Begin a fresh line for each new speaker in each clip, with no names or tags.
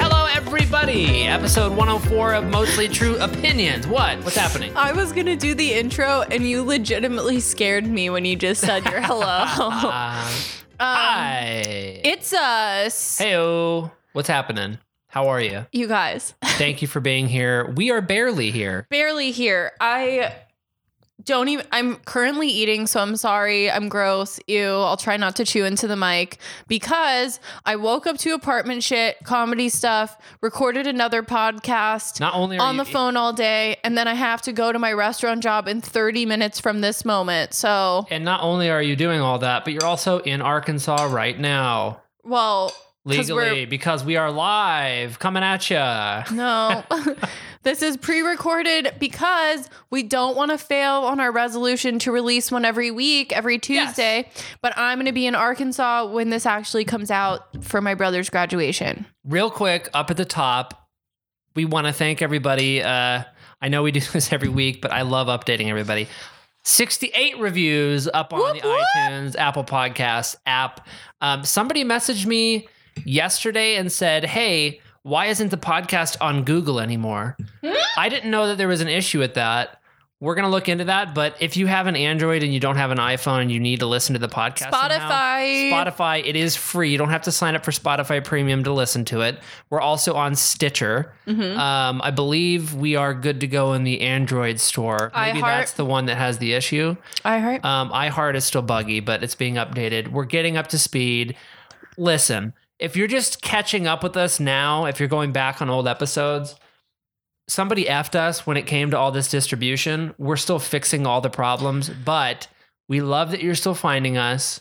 Hello, everybody. Episode 104 of Mostly True Opinions. What? What's happening?
I was gonna do the intro and you legitimately scared me when you just said your hello.
Uh, Hi.
it's us.
Heyo. What's happening? How are you?
You guys.
Thank you for being here. We are barely here.
Barely here. I don't even I'm currently eating, so I'm sorry. I'm gross. Ew. I'll try not to chew into the mic because I woke up to apartment shit, comedy stuff, recorded another podcast.
Not only are
on
you-
the phone all day, and then I have to go to my restaurant job in 30 minutes from this moment. So,
And not only are you doing all that, but you're also in Arkansas right now,
well, 'cause we're-
legally, because we are live coming at you.
No. this is pre recorded because we don't want to fail on our resolution to release one every week, every
Yes.
Tuesday. But I'm going to be in Arkansas when this actually comes out for my brother's graduation.
real quick up at the top we want to thank everybody uh, i know we do this every week but i love updating everybody 68 reviews up on
Whoop,
the
whoop.
itunes apple podcast app um, somebody messaged me yesterday and said hey why isn't the podcast on google anymore
Hmm?
i didn't know that there was an issue with that we're going to look into that but if you have an android and you don't have an iphone and you need to listen to the podcast somehow,
Spotify.
Spotify, it is free. You don't have to sign up for Spotify Premium to listen to it. We're also on Stitcher.
Mm-hmm.
Um, I believe we are good to go in the Android store. Maybe
iHeart.
that's the one that has the issue.
I heard.
Um, iHeart is still buggy, but it's being updated. We're getting up to speed. Listen, if you're just catching up with us now, if you're going back on old episodes, somebody effed us when it came to all this distribution. We're still fixing all the problems, but we love that you're still finding us.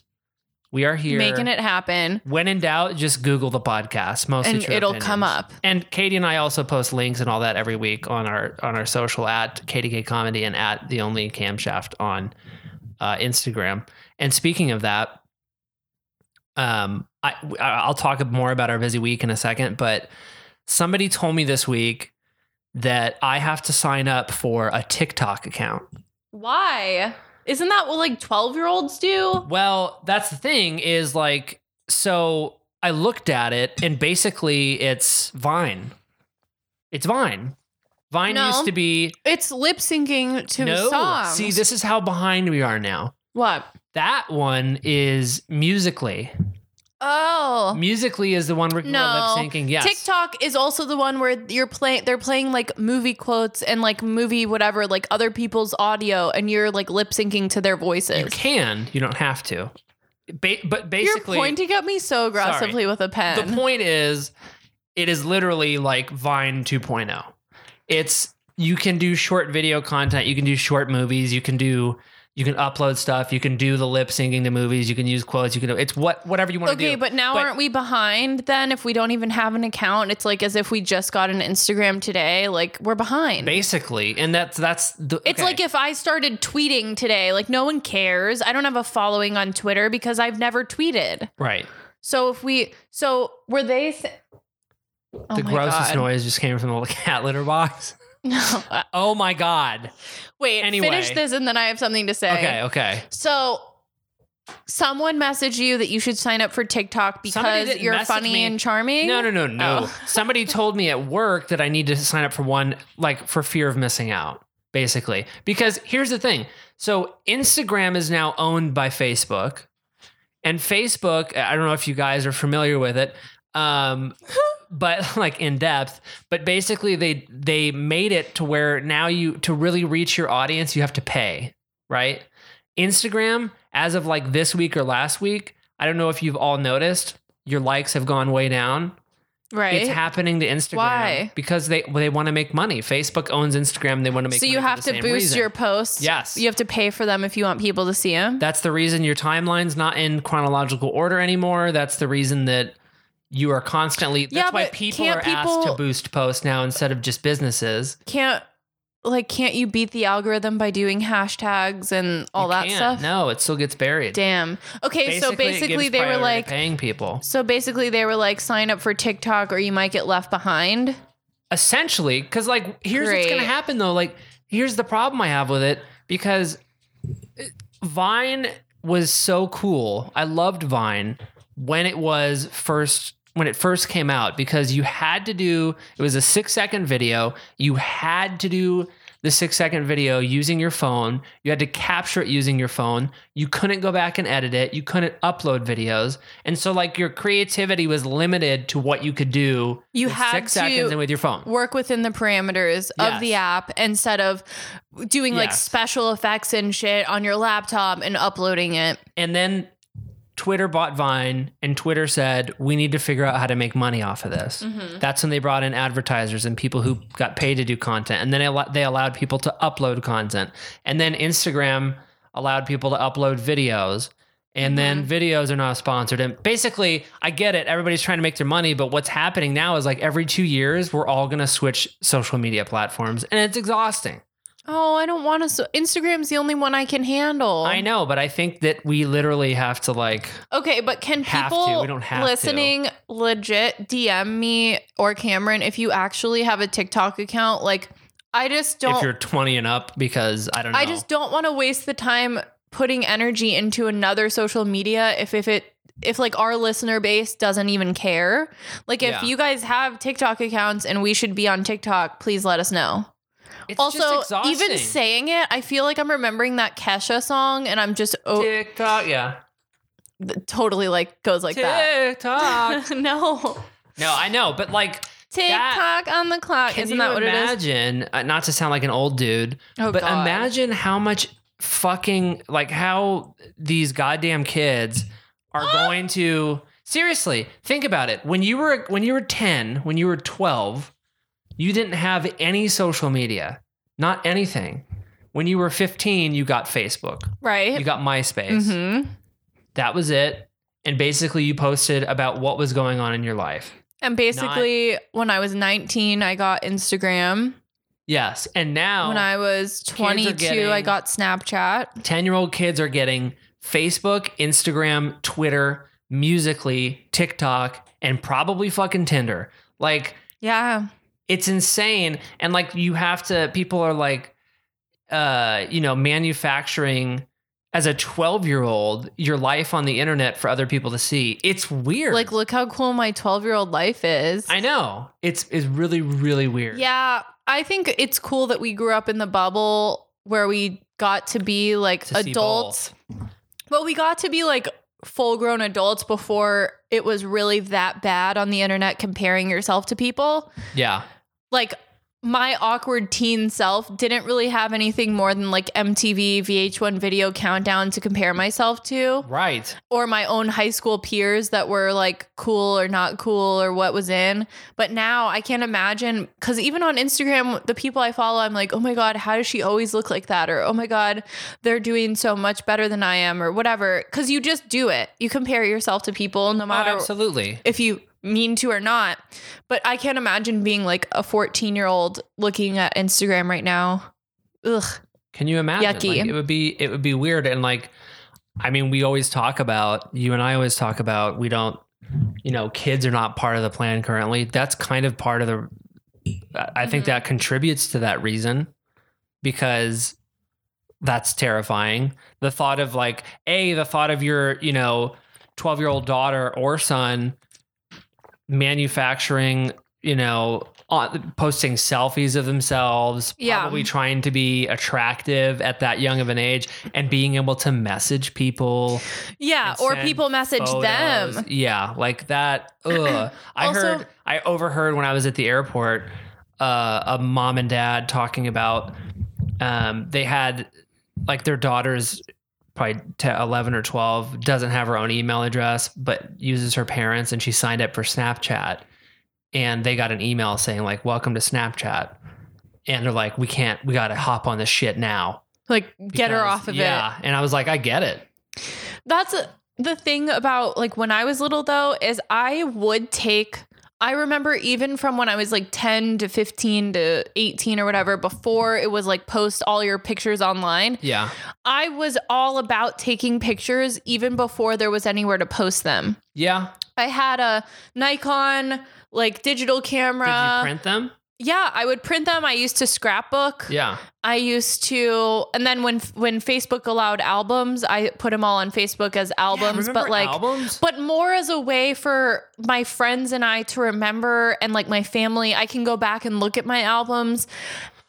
We are here.
Making it happen.
When in doubt, just Google the podcast. Mostly
And
True
it'll
Opinions.
come up.
And Katie and I also post links and all that every week on our on our social at KDK Comedy and at the Only Camshaft on uh, Instagram. And speaking of that, um, I I- I'll talk more about our busy week in a second, but somebody told me this week that I have to sign up for a TikTok account.
Why? Isn't that what like 12 year olds do?
Well, that's the thing is like, so I looked at it and basically it's Vine. It's Vine. Vine
No.
used to be
It's lip syncing to
no.
songs.
See, this is how behind we are now.
What?
That one is Musically.
Oh.
Musically is the one where people
No.
are lip syncing. Yes.
TikTok is also the one where you're playing they're playing like movie quotes and like movie whatever like other people's audio and you're like lip syncing to their voices.
You can. You don't have to. Ba- but basically,
you're pointing at me so aggressively with a pen.
the point is it is literally like vine 2.0 it's you can do short video content you can do short movies you can do you can upload stuff you can do the lip syncing to movies you can use quotes you can do it's what whatever you want to do
okay, but now
But-
aren't we behind then if we don't even have an account? It's like as if we just got an Instagram today, like we're behind.
basically and that's that's the
It's
okay.
like if I started tweeting today, like no one cares. I don't have a following on Twitter because I've never tweeted.
right
So if we so were they s- Oh
the
my
grossest
God. Uh,
noise just came from the little cat litter box
No.
oh my god
Wait,
Anyway.
finish this and then I have something to say.
okay okay
So someone messaged you that you should sign up for TikTok
Somebody
because
didn't
you're
message
funny
me.
and charming.
no no no no
Oh.
somebody told me at work that i need to sign up for one like for fear of missing out basically because here's the thing so instagram is now owned by facebook and facebook i don't know if you guys are familiar with it um but like in depth but basically they they made it to where now you to really reach your audience you have to pay right instagram as of like this week or last week i don't know if you've all noticed your likes have gone way down
right?
It's happening to Instagram
Why?
because they well, they want to make money. Facebook owns Instagram. They want to make.
so
money
you
for
have
the
to
same
boost
reason.
your posts.
Yes.
You have to pay for them if you want people to see them.
That's the reason your timeline's not in chronological order anymore. That's the reason that you are constantly. That's
Yeah,
why
but
people
can't
are asked to
people-
boost posts now instead of just businesses.
can't like can't you beat the algorithm by doing hashtags and all
You
that
can't.
stuff?
No, it still gets buried.
Damn. Okay, so
it
basically
gives
they were
priority to
like
paying people.
so basically they were like sign up for TikTok or you might get left behind.
essentially because like here's what's gonna
Great.
happen though like here's the problem i have with it because uh, vine was so cool i loved vine when it was first when it first came out because you had to do it was a six second video you had to do the six second video using your phone you had to capture it using your phone you couldn't go back and edit it you couldn't upload videos and so like your creativity was limited to what you could do
You
with
had
six
to-
seconds and with your phone
Work within the parameters of the
Yes.
app instead of doing like
Yes.
special effects and shit on your laptop and uploading it.
And then Twitter bought Vine, and Twitter said, we need to figure out how to make money off of this. That's when they brought in advertisers and people who got paid to do content. And then they allo- they allowed people to upload content. And then Instagram allowed people to upload videos. And then videos are not sponsored. And basically, I get it. Everybody's trying to make their money. But what's happening now is like every two years, we're all going to switch social media platforms. And it's exhausting.
Oh, I don't want to. So Instagram's the only one I can handle.
I know, but I think that we literally have to like
Okay, but can
Have to.
people
We don't have to.
listening legit DM me or Cameron if you actually have a TikTok account? Like, I just
if you're
don't.
20 and up because I don't know.
I just don't want to waste the time putting energy into another social media if if it if like our listener base doesn't even care. Like, if
Yeah.
you guys have TikTok accounts and we should be on TikTok, please let us know.
It's
also,
just exhausting.
even saying it, I feel like I'm remembering that Kesha song, and I'm just oh,
TikTok, yeah.
th- totally like goes like that.
TikTok.
no.
no, I know, but like
Tick
That-
tock on the clock.
can
Uh, Isn't
you
that what it is?
imagine uh, not to sound like an old dude,
Oh,
but
God.
imagine how much fucking like how these goddamn kids are going to seriously think about it. When you were when you were 10, when you were 12, you didn't have any social media. Not anything. When you were 15, you got Facebook.
Right.
You got MySpace.
mm-hmm.
That was it. And basically, you posted about what was going on in your life.
And basically, when I was 19, I got Instagram.
Yes. And now,
When I was
Oh. are
22, I
getting-
got Snapchat.
10 year old kids are getting Facebook, Instagram, Twitter, Musically, TikTok, and probably fucking Tinder. Like,
Yeah.
it's insane. And like, you have to, people are like, uh, you know, manufacturing as a 12 year old your life on the internet for other people to see. It's weird.
Like, look how cool my 12 year old life is.
I know. It's, it's really, really weird.
yeah. I think it's cool that we grew up in the bubble where we got to be like
To see
adults. But we got to be like full grown adults before it was really that bad on the internet comparing yourself to people.
Yeah.
like my awkward teen self didn't really have anything more than like MTV VH1 video countdown to compare myself to
Right.
or my own high school peers that were like cool or not cool or what was in. But now I can't imagine because even on Instagram, the people I follow, I'm like, oh my God, how does she always look like that? Or oh my God, they're doing so much better than I am or whatever. Because you just do it. You compare yourself to people no
Oh,
matter
absolutely.
if you mean to or not. But I can't imagine being like a 14 year old looking at Instagram right now. Ugh.
Can you imagine?
Yucky.
Like, it would be it would be weird and like I mean we always talk about you and I always talk about we don't you know kids are not part of the plan currently. That's kind of part of the I I think that contributes to that reason because that's terrifying. The thought of like a the thought of your, you know, 12-year-old daughter or son manufacturing, you know, on, posting selfies of themselves,
Yeah.
probably trying to be attractive at that young of an age and being able to message people
Yeah.
and
Or
send
people message
photos.
them.
Yeah, like that. Ugh. I
Also-
heard. I overheard when I was at the airport uh, a mom and dad talking about um, they had like their daughters probably te- 11 or 12 doesn't have her own email address but uses her parents and she signed up for snapchat and they got an email saying like welcome to Snapchat. And they're like, we can't, we got to hop on this shit now.
Like, get her
Because-
off of it.
Yeah. And I was like, I get it.
That's the thing about like when I was little though is I would take I remember even from when I was like 10 to 15 to 18 or whatever before it was like post all your pictures online.
Yeah.
I was all about taking pictures even before there was anywhere to post them.
Yeah.
I had a Nikon like digital
Did
camera.
you print them?
yeah, I would print them. I used to scrapbook.
Yeah.
I used to, and then when when Facebook allowed albums, I put them all on Facebook as albums. but
remember
like,
albums?
but more as a way for my friends and I to remember, and like my family, I can go back and look at my albums.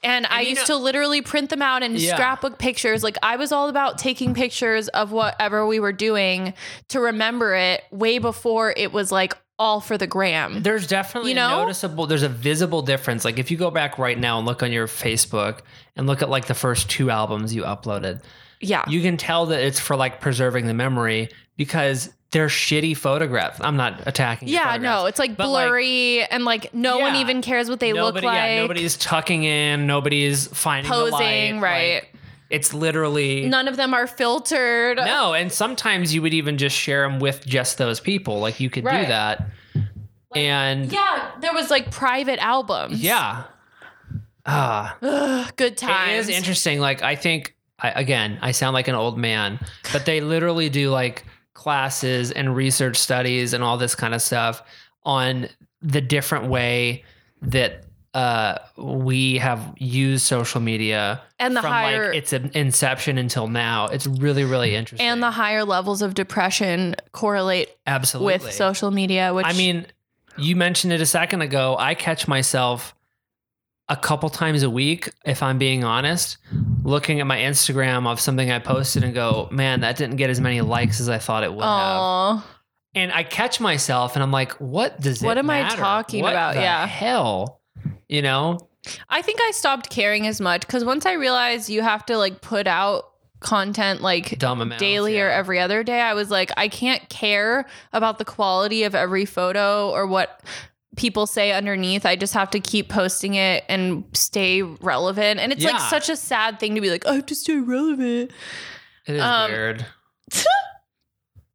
And, I
you
used
know-
to literally print them out and
Yeah.
scrapbook pictures. Like I was all about taking pictures of whatever we were doing to remember it way before it was like all for the gram.
There's definitely
You know?
a noticeable, there's a visible difference. Like if you go back right now and look on your Facebook and look at like the first two albums you uploaded,
yeah.
you can tell that it's for like preserving the memory because they're shitty photographs. I'm not attacking. your
Yeah,
photographs,
no, it's like
but, like,
blurry and like no one
Yeah.
even cares what they
nobody,
look like.
Yeah, nobody's tucking in. Nobody's finding the light,
posing,
like,
right?
it's literally
None of them are filtered.
no. And sometimes you would even just share them with just those people. Like you could do
Right.
that. And yeah,
Yeah, there was like private albums.
Ah.
good times.
It is interesting. Like I think I, again, I sound like an old man, but they literally do like classes and research studies and all this kind of stuff on the different way that uh, we have used social media
And the
from
higher-
like its in- inception until now. It's really really interesting.
And the higher levels of depression correlate
absolutely
with social media, which
I mean, you mentioned it a second ago. I catch myself a couple times a week, if I'm being honest, looking at my Instagram of something I posted and go, man, that didn't get as many likes as I thought it would have.
oh,
And I catch myself and I'm like, what does
What
it
am I
matter?
talking
What
about?
the
Yeah.
Hell. You know?
I think I stopped caring as much because once I realized you have to like put out content like
Dumb amounts,
daily or
yeah.
every other day, I was like, I can't care about the quality of every photo or what people say underneath. I just have to keep posting it and stay relevant. And it's like
Yeah.
such a sad thing to be like, I have to stay relevant.
It is
Um,
weird.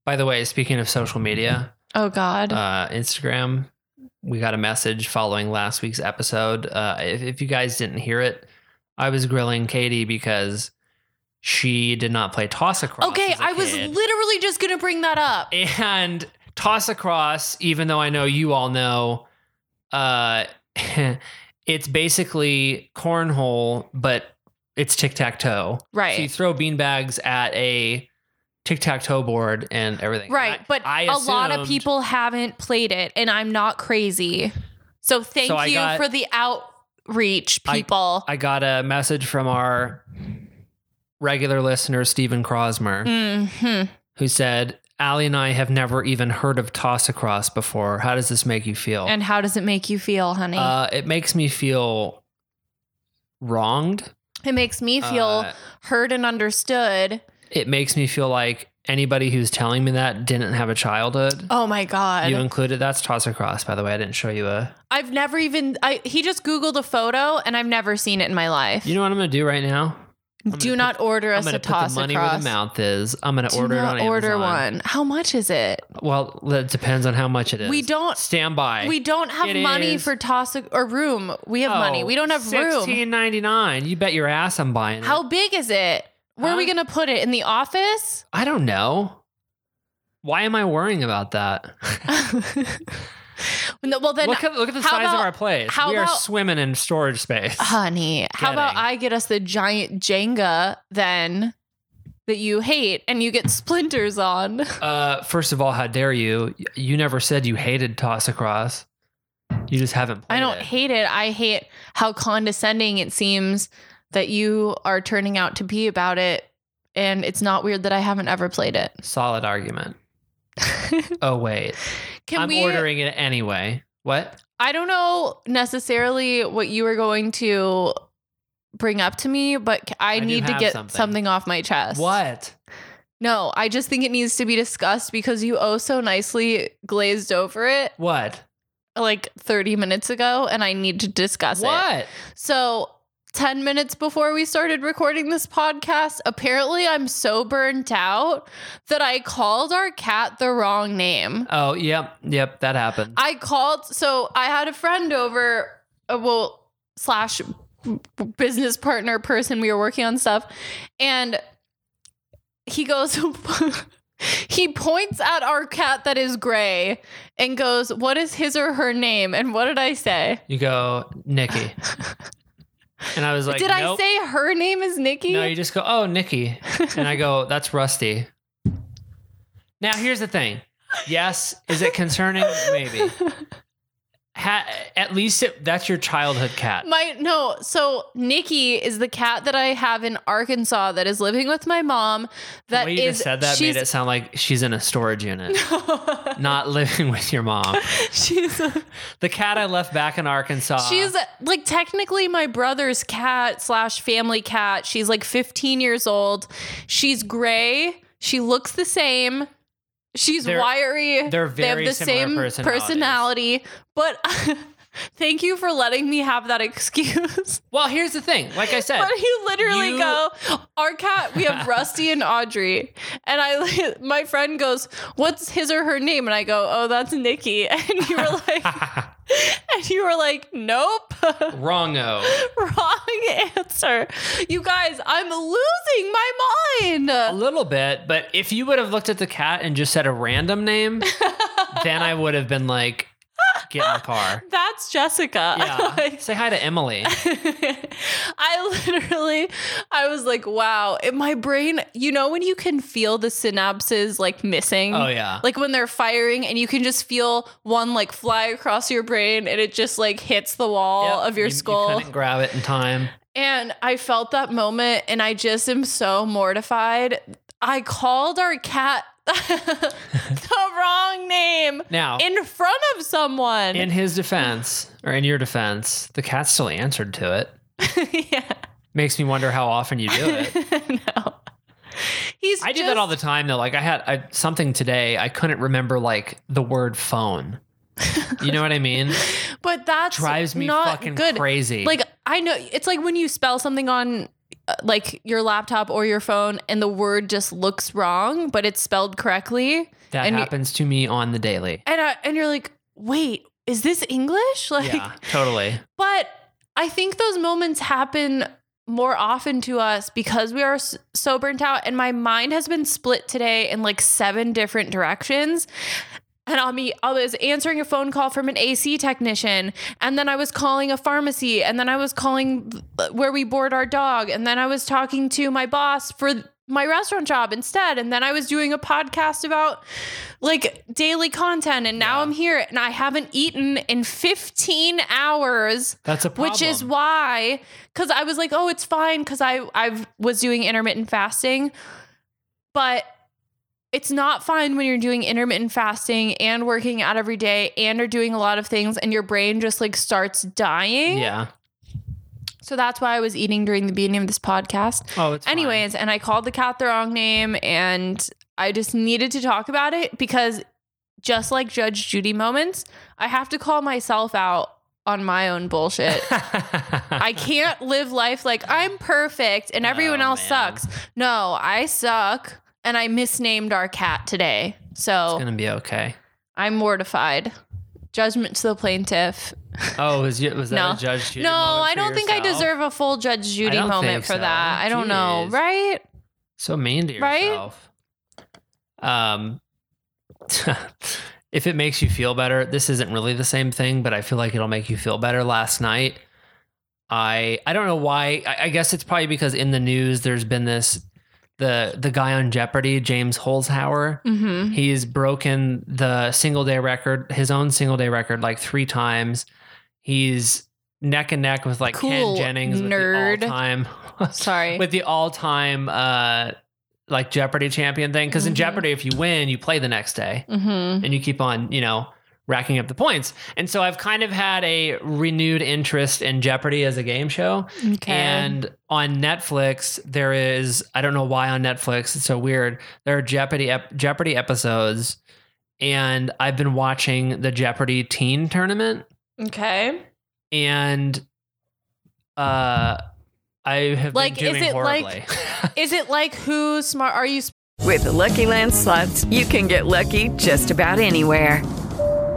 By the way, speaking of social media,
Oh God.
uh, Instagram. We got a message following last week's episode. Uh, if, if you guys didn't hear it, I was grilling Katie because she did not play toss across.
okay,
as a
I was
kid.
literally just gonna bring that up.
and toss across. Even though I know you all know, uh, it's basically cornhole, but it's tic tac toe.
Right.
So you throw beanbags at a tic tac toe board and everything.
Right,
And I-
but
I
a lot of
assumed-
people haven't played it, and I'm not crazy. So thank
So I
you
got-
for the outreach,
I-
people.
I got a message from our regular listener, Stephen Crosmer,
hmm
who said, Allie and I have never even heard of toss across before. How does this make you feel?
And how does it make you feel, honey?
uh, it makes me feel wronged.
it makes me feel
uh,
heard and understood.
It makes me feel like anybody who's telling me that didn't have a childhood.
Oh my god!
you included that's toss across, by the way. I didn't show you a.
I've never even. I he just googled a photo, and I've never seen it in my life.
You know what I'm going to do right now?
Do not order
I'm
us
going
a
to put the
toss
money where
across.
the mouth is. I'm going to
Do
order
not
it on
order
Amazon.
one. How much is it?
Well, it depends on how much it is.
We don't-
stand by.
We don't have
It
money
is-
for toss or room. We have money. We don't have room.
Oh, Sixteen ninety nine. You bet your ass I'm buying it.
How big is it? Where are we
Huh?
going to put it? In the office?
I don't know. Why am I worrying about that?
No, well, then,
look at look at the
how
size of
about-
our place.
how
we are
about- Uh-huh.
swimming in storage space.
honey, how about
Kidding.
I get us the giant Jenga then that you hate and you get splinters on?
Uh, first of all, how dare you? You never said you hated toss across. You just haven't. Played
I don't
it.
hate it. I hate how condescending it seems that you are turning out to be about it. And it's not weird that I haven't ever played it.
Solid argument. oh wait,
Can
I'm
we?
ordering it anyway. What?
I don't know necessarily what you were going to bring up to me, but c- I,
I do
need to
have
get
something.
something. off my chest.
What?
No, I just think it needs to be discussed because you oh so nicely glazed over it.
What?
like 30 minutes ago and I need to discuss it.
What?
So, 10 minutes before we started recording this podcast, apparently I'm so burnt out that I called our cat the wrong name.
Oh, yep, yep, that happened.
I called, so I had a friend over, uh, well, slash business partner person. We were working on stuff, and he goes, he points at our cat that is gray and goes, What is his or her name? And what did I say?
you go, Nikki. and I was like,
did
nope.
I say her name is Nikki?
No, you just go, oh, Nikki. And I go, that's Rusty. Now, here's the thing. Yes. Is it concerning? Maybe. Ha- at least it, that's your childhood cat.
My no, so Nikki is the cat that I have in Arkansas that is living with my mom.
the
That
way
is
you just said that made
she's-
it sound like she's in a storage unit, not living with your mom.
she's
The cat I left back in Arkansas.
she's like technically my brother's cat slash family cat. She's like 15 years old. She's gray. She looks the same. She's
They're-
wiry.
they're
they
very
have the
similar
same
personalities.
personality. But thank you for letting me have that excuse.
well, here's the thing. Like I said,
But you literally
you-
go, our cat, we have Rusty and Audrey. And I my friend goes, What's his or her name? And I go, Oh, that's Nikki. And you were like and you were like, Nope.
wrongo.
Wrong answer. You guys, I'm losing my mind.
A little bit, but if you would have looked at the cat and just said a random name, then I would have been like, get in the car.
That's Jessica.
Yeah.
Like,
Say hi to Emily.
I literally, I was like, wow. It, my brain, you know, when you can feel the synapses like missing.
Oh, yeah.
Like when they're firing, and you can just feel one like fly across your brain, and it just like hits the wall
Yep,
of your
you- You
skull.
couldn't grab it in time.
and I felt that moment, and I just am so mortified. I called our cat the wrong name
Now, in,
in front of someone.
his defense, or in your defense, the cat still answered to it.
yeah.
Makes me wonder how often you do it.
no. He's
I do
just,
that all the time though. Like I had I, something today, I couldn't remember like the word phone. You know what I mean?
But that's
Drives me
not
fucking
good.
crazy.
Like I know it's like when you spell something on uh, like your laptop or your phone and the word just looks wrong, but it's spelled correctly.
that
and you-
happens to me on the daily.
and I, and you're like, "Wait, is this English?" Like
yeah, totally.
but I think those moments happen more often to us because we are s- so burnt out and my mind has been split today in like seven different directions. And I'll be, I was answering a phone call from an AC technician, and then I was calling a pharmacy, and then I was calling uh, where we board our dog, and then I was talking to my boss for th- my restaurant job instead, and then I was doing a podcast about like daily content, and now I'm here, and I haven't eaten in 15 hours
That's a problem.
which is why because i was like oh it's fine because i i was doing intermittent fasting but it's not fine when you're doing intermittent fasting and working out every day and are doing a lot of things and your brain just like starts dying
Yeah.
so that's why i was eating during the beginning of this podcast
Oh, it's fine.
anyways and i called the cat the wrong name and i just needed to talk about it because just like judge judy moments i have to call myself out on my own bullshit I can't live life like I'm perfect and everyone
Oh, man.
else sucks. No, I suck and I misnamed our cat today. So
It's gonna be okay.
I'm mortified. Judgment to the plaintiff.
Oh, was you, was that
No.
a Judge Judy
no,
moment
I
for
don't think I
yourself?
deserve a full Judge Judy
don't
moment
think
for
so.
that. I don't know,
Jeez.
right?
So mean to
Right?
yourself. Um, if it makes you feel better, this isn't really the same thing, but I feel like it'll make you feel better. Last night, I I don't know why. I, I guess it's probably because in the news there's been this the the guy on Jeopardy, James Holzhauer.
Mm-hmm.
He's broken the single day record, his own single day record, like three times. He's neck and neck with like
Cool,
Ken Jennings,
nerd.
with the all-time,
Sorry.
with the all-time uh, like Jeopardy champion thing. Because in
Mhm.
Jeopardy, if you win, you play the next day,
mm-hmm.
and you keep on, you know, racking up the points. And so I've kind of had a renewed interest in Jeopardy as a game show.
Okay.
And on Netflix, there is I don't know why on Netflix it's so weird. There are Jeopardy ep- Jeopardy episodes, and I've been watching the Jeopardy teen tournament
Okay.
and uh I have
Like,
been
is
doing
it like-
horribly.
Is it like who's smart? Are you? s-
With Lucky Land slots, you can get lucky just about anywhere.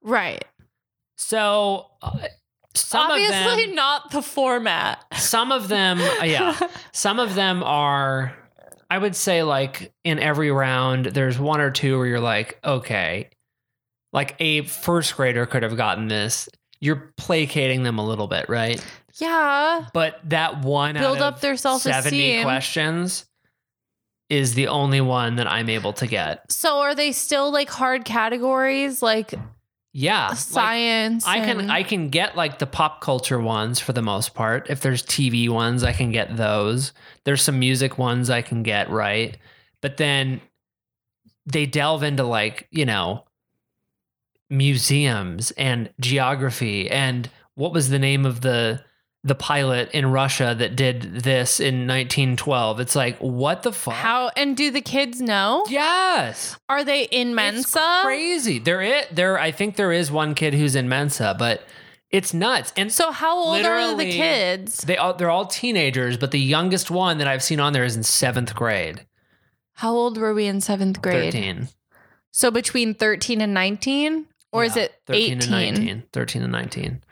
Right.
So uh, some
Obviously
of them,
not the format.
some of them, uh, yeah, some of them are. I would say like in every round, there's one or two where you're like, okay, like a first grader could have gotten this. You're placating them a little bit, right?
Yeah.
But that one out
Build
of
up their self-esteem.
Seventy questions is the only one that I'm able to get.
So are they still like hard categories like uh,
Yeah, like-
science?
I can
and-
I can get like the pop culture ones for the most part. If there's TV ones, I can get those. There's some music ones I can get right, but then they delve into like you know museums and geography and what was the name of the the pilot in Russia that did this in 1912. It's like what the fuck?
how and do the kids know?
Yes.
Are they in
It's
Mensa?
crazy. There it there I think there is one kid who's in Mensa, but it's nuts. And so
So how old are the
Literally.
kids?
they all they're all teenagers, but the youngest one that I've seen on there is in 7th grade.
How old were we in 7th grade?
13.
So between 13 and 19 or is
Yeah,
it
13
18?
and 19? 13 and 19.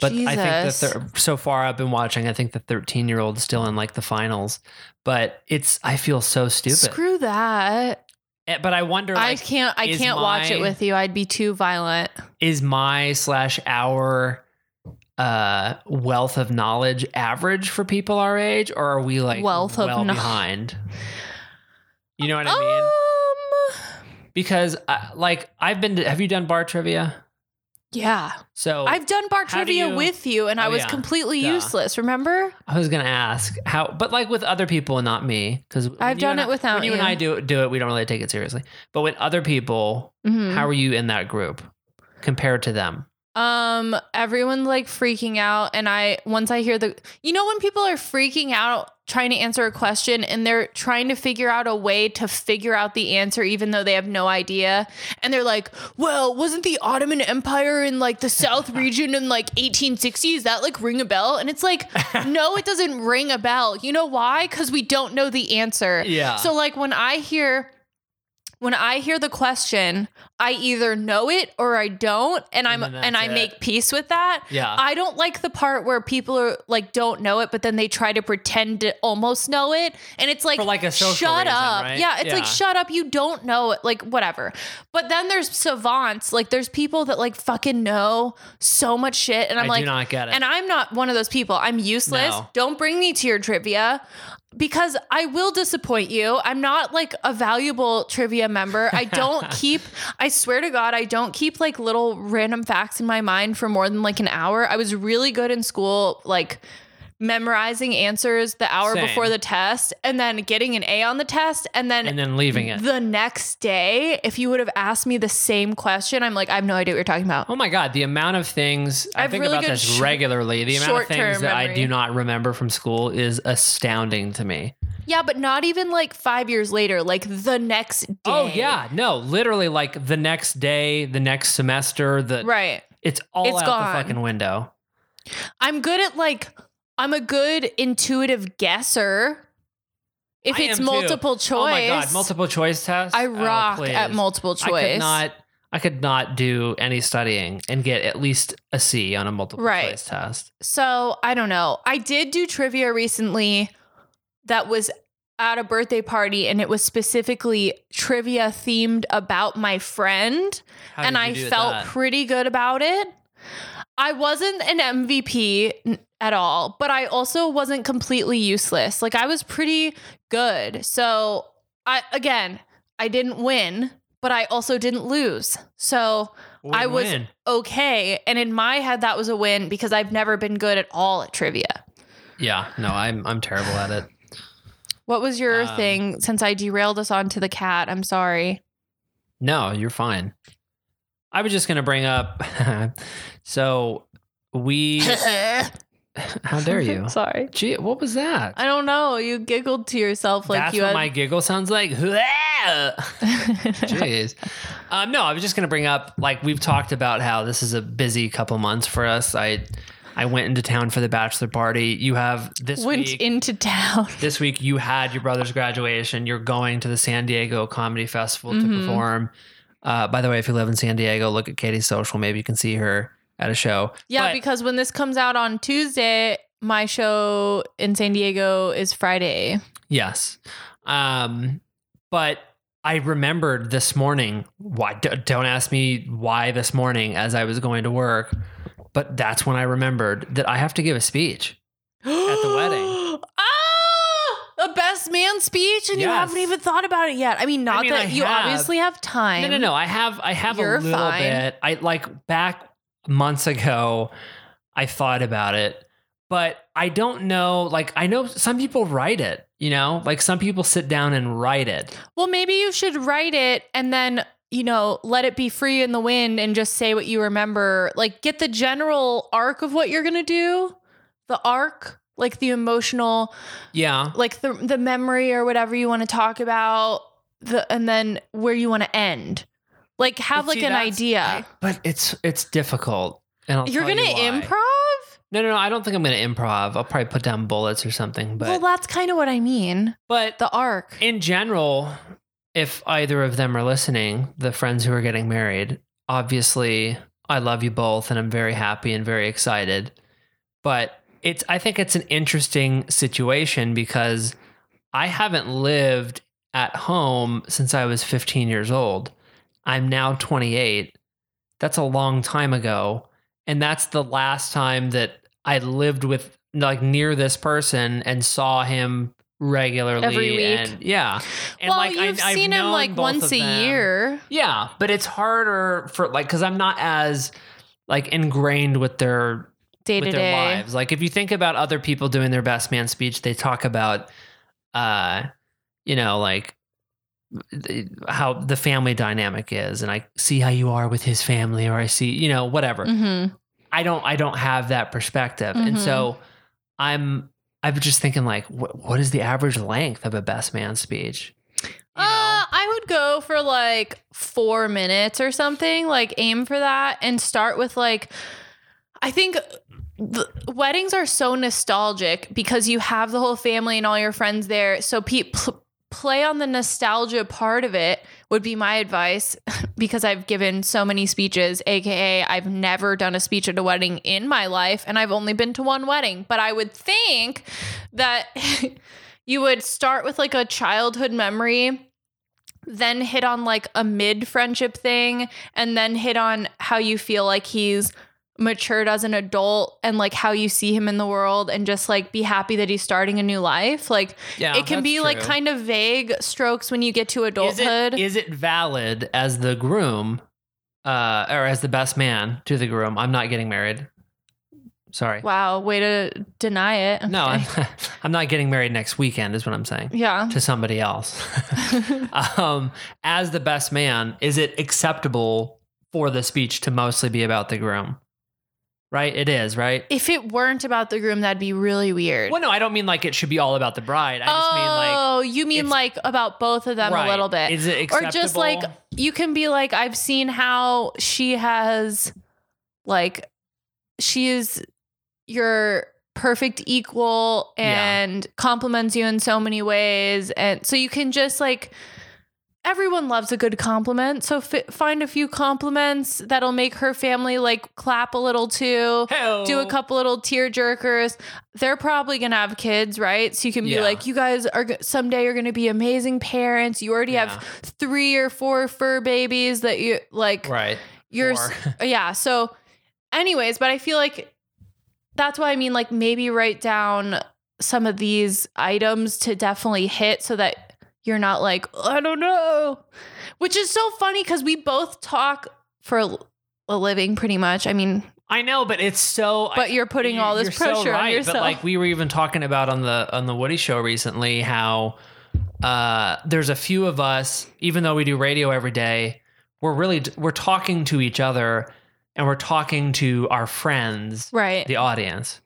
But I
Jesus.
think that they so far I've been watching, I think the 13-year-old is still in like the finals, but it's I feel so stupid.
Screw that.
Eh, but I wonder
I
like,
can't I
is
can't watch it
my-
with you. I'd be too violent.
is my slash our uh wealth of knowledge average for people our age or are we like
Wealth of
well
kno- Oh,
behind you know what i mean
Um
because uh, like i've been to, have you done bar trivia
yeah.
so
I've done bar
how do
trivia
you-
with you, and I
Oh,
was
yeah.
completely
Duh.
useless. Remember?
I was gonna ask how, but like with other people and not me, because
I've done it without
when you, and
you.
I do do it. We don't really take it seriously. But with other people,
Mhm.
how are you in that group compared to them?
Um, everyone's like freaking out, and I once I hear the, you know, when people are freaking out trying to answer a question, and they're trying to figure out a way to figure out the answer, even though they have no idea, and they're like, "Well, wasn't the Ottoman Empire in like the South region in like 1860? Is that like ring a bell?" And it's like, no, it doesn't ring a bell. You know why? Because we don't know the answer.
Yeah.
So like when I hear when I hear the question, I either know it or I don't, and I'm
then that's
and I
it.
make peace with that.
Yeah.
I don't like the part where people are like don't know it, but then they try to pretend to almost know it, and it's like,
For, like, a social
shut
reason,
up,
right?
yeah, it's
Yeah.
like shut up, you don't know it, like whatever. But then there's savants, like there's people that like fucking know so much shit, and I'm
I
like,
do not get it.
and I'm not one of those people. I'm useless.
No.
Don't bring me to your trivia because I will disappoint you. I'm not like a valuable trivia member. I don't keep, I swear to God, I don't keep like little random facts in my mind for more than like an hour. I was really good in school, like memorizing answers the hour
Same.
before the test and then getting an A on the test and then.
and then leaving it.
the next day, if you would have asked me the same question, I'm like, I have no idea what you're talking about.
Oh my god, the amount of things I,
I've
think
really
about
good
this
sh-
regularly. The amount of
short-term
things that I
memory.
do not remember from school is astounding to me.
Yeah, but not even like five years later, like the next day.
Oh yeah, no, literally like the next day, the next semester, the
Right.
it's all
It's
out
gone.
the fucking window.
I'm good at like, I'm a good intuitive guesser. If
I
it's
am, too.
multiple choice,
Oh my god, multiple choice test.
I rock
oh,
at
please.
multiple choice.
I could not I could not do any studying and get at least a C on a multiple
Right.
choice test.
So I don't know. I did do trivia recently that was at a birthday party and it was specifically trivia themed about my friend.
How
and
did you
I
do
felt
that?
pretty good about it. I wasn't an MVP n- at all, but I also wasn't completely useless. Like I was pretty good. So I again, I didn't win, but I also didn't lose. So I was
Win-win.
okay. And in my head, that was a win because I've never been good at all at trivia.
Yeah, no, I'm I'm terrible at it.
What was your
Um,
thing since I derailed us onto the cat? I'm sorry.
No, you're fine. I was just gonna bring up. so we, how dare you?
sorry.
Gee, what was that?
I don't know. You giggled to yourself like
That's
you
what
had.
my giggle sounds like. Jeez. Um, no, I was just gonna bring up like we've talked about how this is a busy couple months for us. I I went into town for the bachelor party. You have this
went
week.
into town.
this week you had your brother's graduation. You're going to the San Diego Comedy Festival to perform. Uh, by the way, if you live in San Diego, look at Katie's social. Maybe you can see her at a show.
Yeah,
But-
because when this comes out on Tuesday, my show in San Diego is Friday.
Yes. Um, but I remembered this morning, why d- don't ask me why this morning as I was going to work, but that's when I remembered that I have to give a speech.
At
the wedding.
Ah, a best man speech, and you
Yes.
haven't even thought about it yet. I mean, not
mean,
that
I
you
have.
obviously have time.
No, no, no. I have I have
You're
a little
fine.
bit. I like back months ago, I thought about it, but I don't know. Like I know some people write it, you know, like some people sit down and write it.
Well, maybe you should write it and then, you know, let it be free in the wind and just say what you remember. Like, get the general arc of what you're going to do, the arc, like the emotional,
Yeah.
like the, the memory or whatever you want to talk about, the, and then where you want to end. Like, have
But
like
see,
an
that's-
idea.
But it's it's difficult. And I'll
You're
tell
going to
you why.
improv?
No, no, no. I don't think I'm going to improv. I'll probably put down bullets or something. But
well, that's kind of what I mean.
but
The arc.
in general, if either of them are listening, the friends who are getting married, obviously, I love you both, and I'm very happy and very excited. But it's I think it's an interesting situation because I haven't lived at home since I was 15 years old. I'm now 28. That's a long time ago. And that's the last time that I lived with like near this person and saw him regularly.
Every week.
And yeah. And
well,
like
you've
I, I've
seen him
known
like
both
once
of
a
them.
year.
Yeah, but it's harder for like because I'm not as like ingrained with their
Day to
with their
day.
lives. Like if you think about other people doing their best man speech, they talk about, uh, you know, like the- how the family dynamic is, and I see how you are with his family, or I see, you know, whatever.
Mm-hmm.
I don't, I don't have that perspective, and
Mhm.
so I'm, I'm just thinking like, wh- what is the average length of a best man speech? You know?
Uh, I would go for like four minutes or something. Like aim for that and start with like. I think th- weddings are so nostalgic because you have the whole family and all your friends there. So pe- pl- play on the nostalgia part of it would be my advice because I've given so many speeches, aka I've never done a speech at a wedding in my life and I've only been to one wedding. But I would think that you would start with like a childhood memory then hit on like a mid friendship thing and then hit on how you feel like he's matured as an adult and like how you see him in the world and just like be happy that he's starting a new life like
Yeah,
it can
that's
be like
true.
kind of vague strokes when you get
Is
to
it-
adulthood
Is it valid as the groom, uh, or as the best man to the groom? I'm not getting married. Sorry.
wow way to deny it
No,
Okay.
I'm, I'm not getting married next weekend. Is what I'm saying
yeah
to somebody else. um, as the best man, is it acceptable for the speech to mostly be about the groom? Right, it is. Right.
if it weren't about the groom that'd be really weird
Well, no, I don't mean like it should be all about the bride. I just mean like
oh, you mean
it's-
like about both of them
Right.
a little bit.
Is it
Or just like
acceptable?
you can be like, I've seen how she has like she is your perfect equal
Yeah.
and compliments you in so many ways. And so you can just like everyone loves a good compliment. So fi- find a few compliments that'll make her family like clap a little too
Hell.
do a couple little tear jerkers. They're probably gonna have kids, right? So you can be
Yeah.
like, you guys are go- someday you're gonna be amazing parents. You already
Yeah.
have three or four fur babies that you like.
Right.
You're s-
Four.
yeah. So, anyways, but I feel like that's why I mean, like maybe write down some of these items to definitely hit so that you're not like, I don't know, which is so funny because we both talk for a, a living pretty much. I mean,
I know, but it's so.
But you're putting all this
so
pressure on
But
yourself.
like we were even talking about on the on the Woody show recently, how uh, there's a few of us, even though we do radio every day, we're really we're talking to each other and we're talking to our friends,
right.
the audience.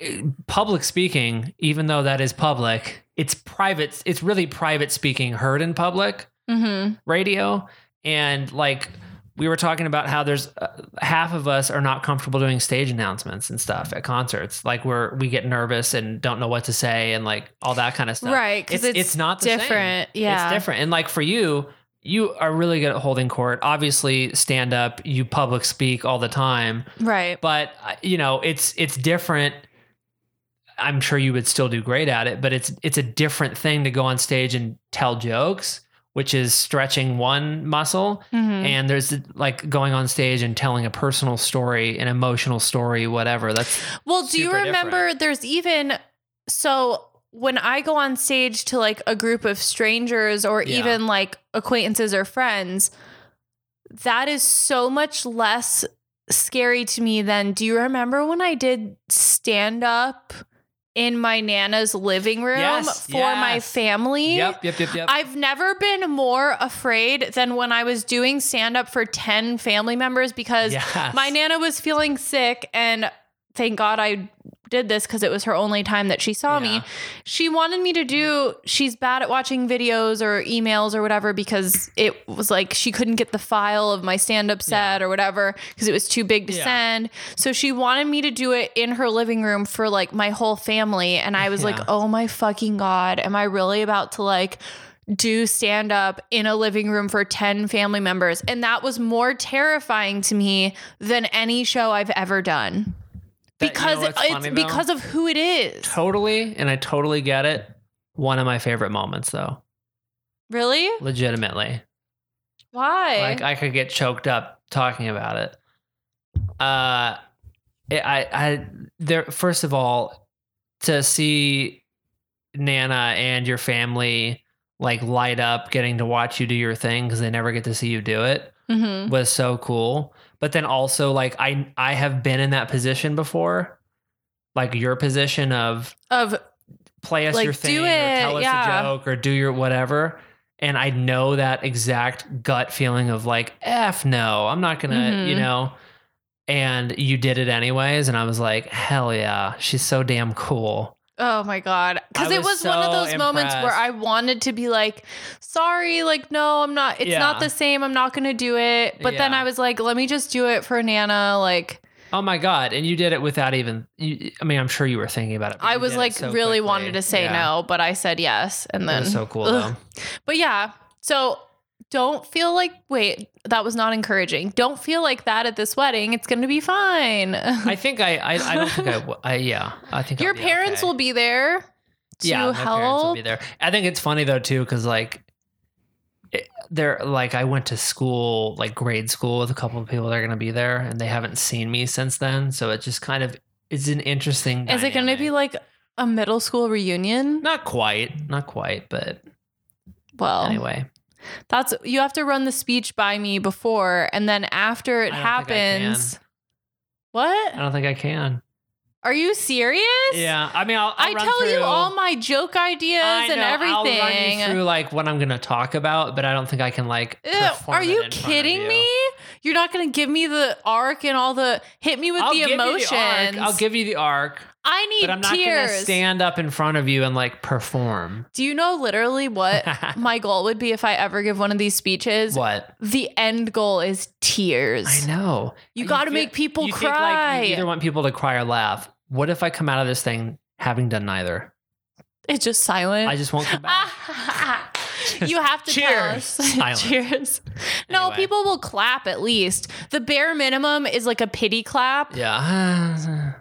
Eh, Public speaking, even though that is public, it's private. It's really private speaking heard in public
Mm-hmm.
radio and like we were talking about how there's uh, half of us are not comfortable doing stage announcements and stuff at concerts like we're we get nervous and don't know what to say and like all that kind of stuff
Right, 'cause
it's,
it's
it's not the same.
different. Yeah.
it's different and like for you you are really good at holding court obviously stand up you public speak all the time
Right.
but uh, you know it's it's different i'm sure you would still do great at it but it's it's a different thing to go on stage and tell jokes which is stretching one muscle
Mhm.
and there's like going on stage and telling a personal story an emotional story whatever that's
Well, do you
super
remember
different.
there's even so when I go on stage to like a group of strangers or
Yeah.
even like acquaintances or friends, that is so much less scary to me than do you remember when I did stand up in my nana's living room
Yes,
for my
yes.
family?
yep yep yep yep
I've never been more afraid than when I was doing stand up for 10 family members because
Yes.
my nana was feeling sick and thank God I did this because it was her only time that she saw
Yeah.
me. She wanted me to do she's bad at watching videos or emails or whatever because it was like she couldn't get the file of my stand up set or whatever because it was too big to
Yeah.
send. So she wanted me to do it in her living room for like my whole family and I was like,
Yeah.
"Oh my fucking god, am I really about to like do stand up in a living room for 10 family members. And that was more terrifying to me than any show I've ever done.
That- you
Because
know what's funny,
it's
though?
because of who it is.
totally and i totally get it one of my favorite moments though
Really?
legitimately
Why?
Like I could get choked up talking about it. Uh, it, I, I, there. First of all, to see Nana and your family like light up getting to watch you do your thing because they never get to see you do it
Mhm.
was so cool. But then also like I, I have been in that position before, like your position of
Of
play us
Like,
your thing
do
or tell
it,
us
yeah.
a joke or do your whatever. And I know that exact gut feeling of like, F no, I'm not gonna, you
Mhm.
know. And you did it anyways. And I was like, hell yeah, she's so damn cool.
oh my god. Because
I
it
was
was one of
so
those moments where
impressed.
I wanted to be like, sorry, like no, I'm not it's
Yeah.
not the same. I'm not gonna do it. But then
Yeah.
I was like, let me just do it for Nana. Like
Oh my God. And you did it without even, you, I mean, I'm sure you were thinking about it. but
I
you
was
did it
like
so
really
quickly.
wanted to say
Yeah.
no, but I said yes. And
It
then
was so cool
Ugh.
though.
But yeah, so don't feel like, wait, that was not encouraging. Don't feel like that at this wedding. It's going to be fine.
I think I, I, I don't think I, w- I- yeah, I think I'll
Your
be
parents
okay.
will be there to
my
help.
parents will be there. I think it's funny though too, because like it- they're like I went to school, like grade school, with a couple of people that are gonna be there, and they haven't seen me since then. So it just kind of it's an interesting.
Is it going to
dynamic.
be like a middle school reunion?
Not quite, not quite, but
Well,
anyway,
that's you have to run the speech by me before, and then after it
I don't think I can.
happens.
I
What?
don't think I can.
Are you serious?
Yeah, I mean, I'll, I'll
I
run
tell you
through-
all my joke ideas
I
and
know,
everything.
I'll run you through like what I'm gonna talk about, but I don't think I can like.
Ew,
perform
are
it
you
in front of
kidding
you.
me? You're not going to give me the arc and all the hit me with
I'll
the
give you
emotions.
arc. I'll give you the arc.
I need
but I'm not
tears.
gonna stand up in front of you and like perform.
Do you know literally what my goal would be if I ever give one of these speeches?
What?
The end goal is tears.
I know.
You gotta
feel-
make people
you
cry.
Think, like, you either want people to cry or laugh. What if I come out of this thing having done neither?
It's just silent.
I just won't come back.
you have to tell
Cheers.
us.
Silence.
cheers. No,
Anyway.
people will clap at least. The bare minimum is like a pity clap.
yeah.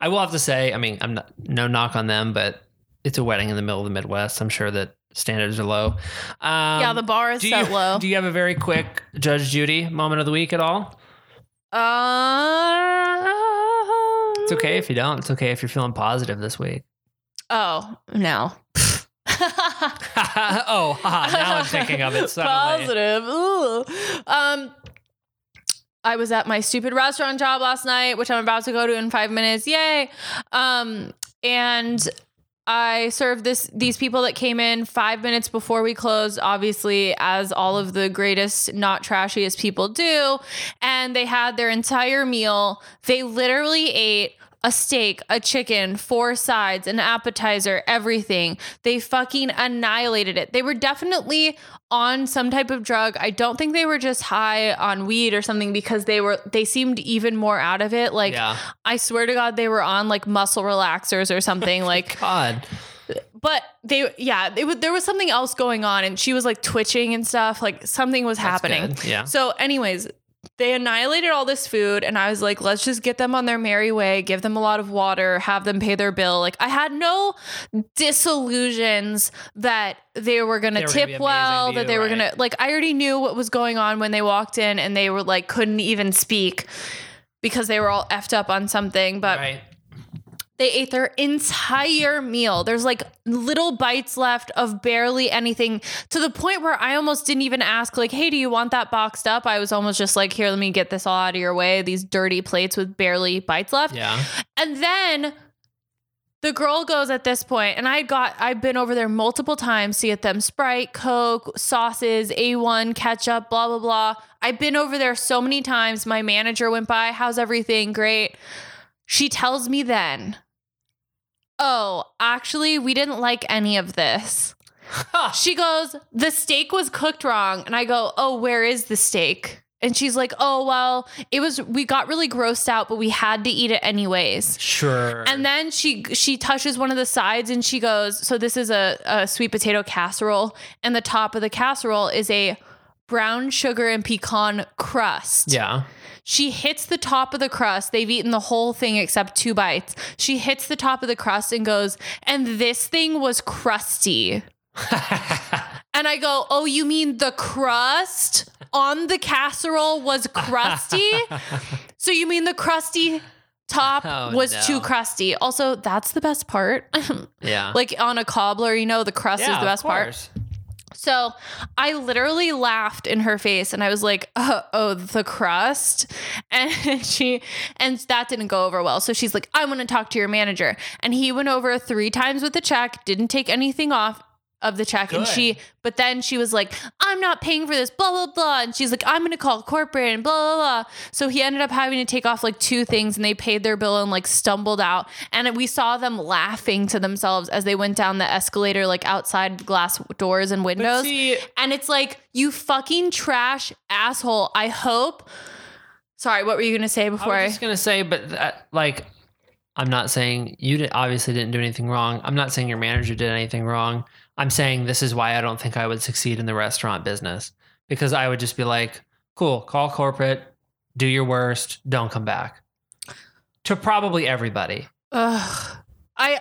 I will have to say, I mean, I'm not no knock on them, but it's a wedding in the middle of the Midwest. I'm sure that standards are low. Um,
yeah, the bar is
do
set
you,
low.
Do you have a very quick Judge Judy moment of the week at all?
Um,
It's okay if you don't. It's okay if you're feeling positive this week.
Oh no.
oh, haha, now I'm thinking of it suddenly.
Positive. Ooh. Um, I was at my stupid restaurant job last night, which I'm about to go to in five minutes. Yay! Um, and I served this these people that came in five minutes before we closed, obviously, as all of the greatest, not trashiest people do. And they had their entire meal. They literally ate a steak, a chicken, four sides, an appetizer, everything. They fucking annihilated it. They were definitely on some type of drug. I don't think they were just high on weed or something because they were they seemed even more out of it. Like
Yeah.
I swear to God, they were on like muscle relaxers or something. like,
Oh God.
but they, yeah, it was, there was something else going on, and she was like twitching and stuff. Like something was happening.
good, yeah.
So, anyways. They annihilated all this food, and I was like, let's just get them on their merry way, give them a lot of water, have them pay their bill. Like, I had no disillusions that they were going
They were gonna be
to tip
amazing
well,
to
that
you,
they were
right.
going to, like, I already knew what was going on when they walked in, and they were like, couldn't even speak because they were all effed up on something. But
Right.
they ate their entire meal. There's like little bites left of barely anything to the point where I almost didn't even ask, like, hey, do you want that boxed up? I was almost just like, here, let me get this all out of your way. These dirty plates with barely bites left.
Yeah.
And then the girl goes at this point, and I got I've been over there multiple times to get them Sprite, Coke, sauces, A1, ketchup, blah, blah, blah. I've been over there so many times. My manager went by, how's everything? Great. She tells me then, oh, actually, we didn't like any of this. she goes, the steak was cooked wrong. And I go, oh, where is the steak? And she's like, oh, well, it was, we got really grossed out, but we had to eat it anyways.
Sure.
And then she she touches one of the sides and she goes, so this is a, a sweet potato casserole, and the top of the casserole is a brown sugar and pecan crust.
yeah.
She hits the top of the crust. They've eaten the whole thing except two bites. She hits the top of the crust and goes, and this thing was crusty. and I go, oh, you mean the crust on the casserole was crusty? so you mean the crusty top
Oh,
was
no.
too crusty? Also, that's the best part.
Yeah.
like on a cobbler, you know, the crust
yeah,
is the best
of
part.
course.
So I literally laughed in her face and I was like, uh, oh, the crust. And she, and that didn't go over well. So she's like, I want to talk to your manager. And he went over three times with the check, didn't take anything off of the check. And
Good.
she, but then she was like, I'm not paying for this, blah, blah, blah. And she's like, I'm going to call corporate and blah, blah, blah. So he ended up having to take off like two things and they paid their bill and like stumbled out. And we saw them laughing to themselves as they went down the escalator, like outside glass doors and windows.
see-
and it's like, you fucking trash asshole. I hope. Sorry, what were you going to say before
I
I.
was just gonna say, but that, like, I'm not saying you did, obviously didn't do anything wrong. I'm not saying your manager did anything wrong. I'm saying this is why I don't think I would succeed in the restaurant business because I would just be like, cool, call corporate, do your worst, don't come back. To probably everybody.
Ugh. I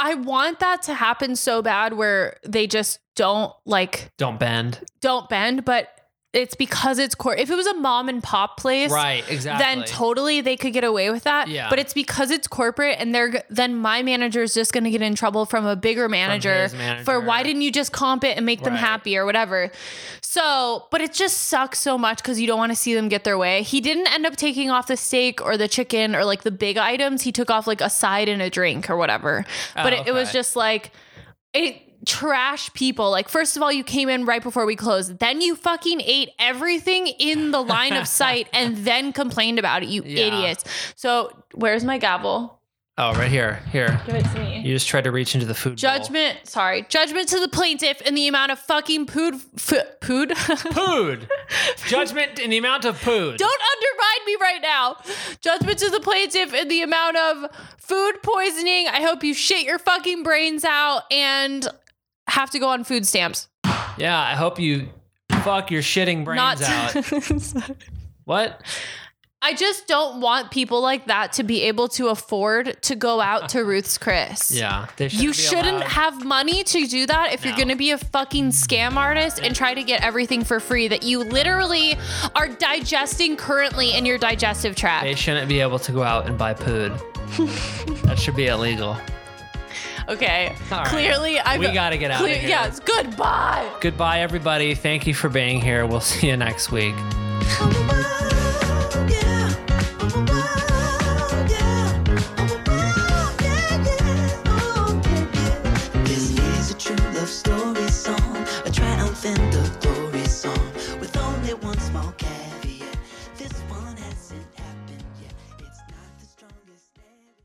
I want that to happen so bad where they just don't like
Don't bend.
don't bend, but it's because it's core. If it was a mom and pop place,
Right, exactly.
Then totally they could get away with that.
Yeah.
But it's because it's corporate and they're g- then my manager is just going to get in trouble from a bigger manager,
his manager.
for why didn't you just comp it and make them
Right.
happy or whatever. So, but it just sucks so much cuz you don't want to see them get their way. He didn't end up taking off the steak or the chicken or like the big items. He took off like a side and a drink or whatever. but it, it was
Oh, okay.
just like it trash people. Like, first of all, you came in right before we closed. Then you fucking ate everything in the line of sight and then complained about it, you
Yeah.
idiots. So, where's my gavel?
Oh, right here. Here.
Give it to me.
You just tried to reach into the food. bowl.
Judgment, sorry, judgment to the plaintiff in the amount of fucking pood, f- pood.
Food. Judgment in the amount of food.
Don't undermine me right now. Judgment to the plaintiff in the amount of food poisoning. I hope you shit your fucking brains out and have to go on food stamps.
Yeah, I hope you fuck your shitting brains out.
Not.
What?
I just don't want people like that to be able to afford to go out to Ruth's Chris.
Yeah. They shouldn't
You
be
shouldn't
allowed-
have money to do that if you're
No.
going to be a fucking scam artist and try to get everything for free that you literally are digesting currently in your digestive tract.
They shouldn't be able to go out and buy food. that should be illegal.
Okay.
All right.
Clearly, I've.
We gotta get out of here.
Yes. Goodbye.
Goodbye, everybody. Thank you for being here. We'll see you next week.
This is a true love story song, a triumph and a glory song, with only one small caveat. This one hasn't happened yet. It's not the strongest. narrative.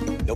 No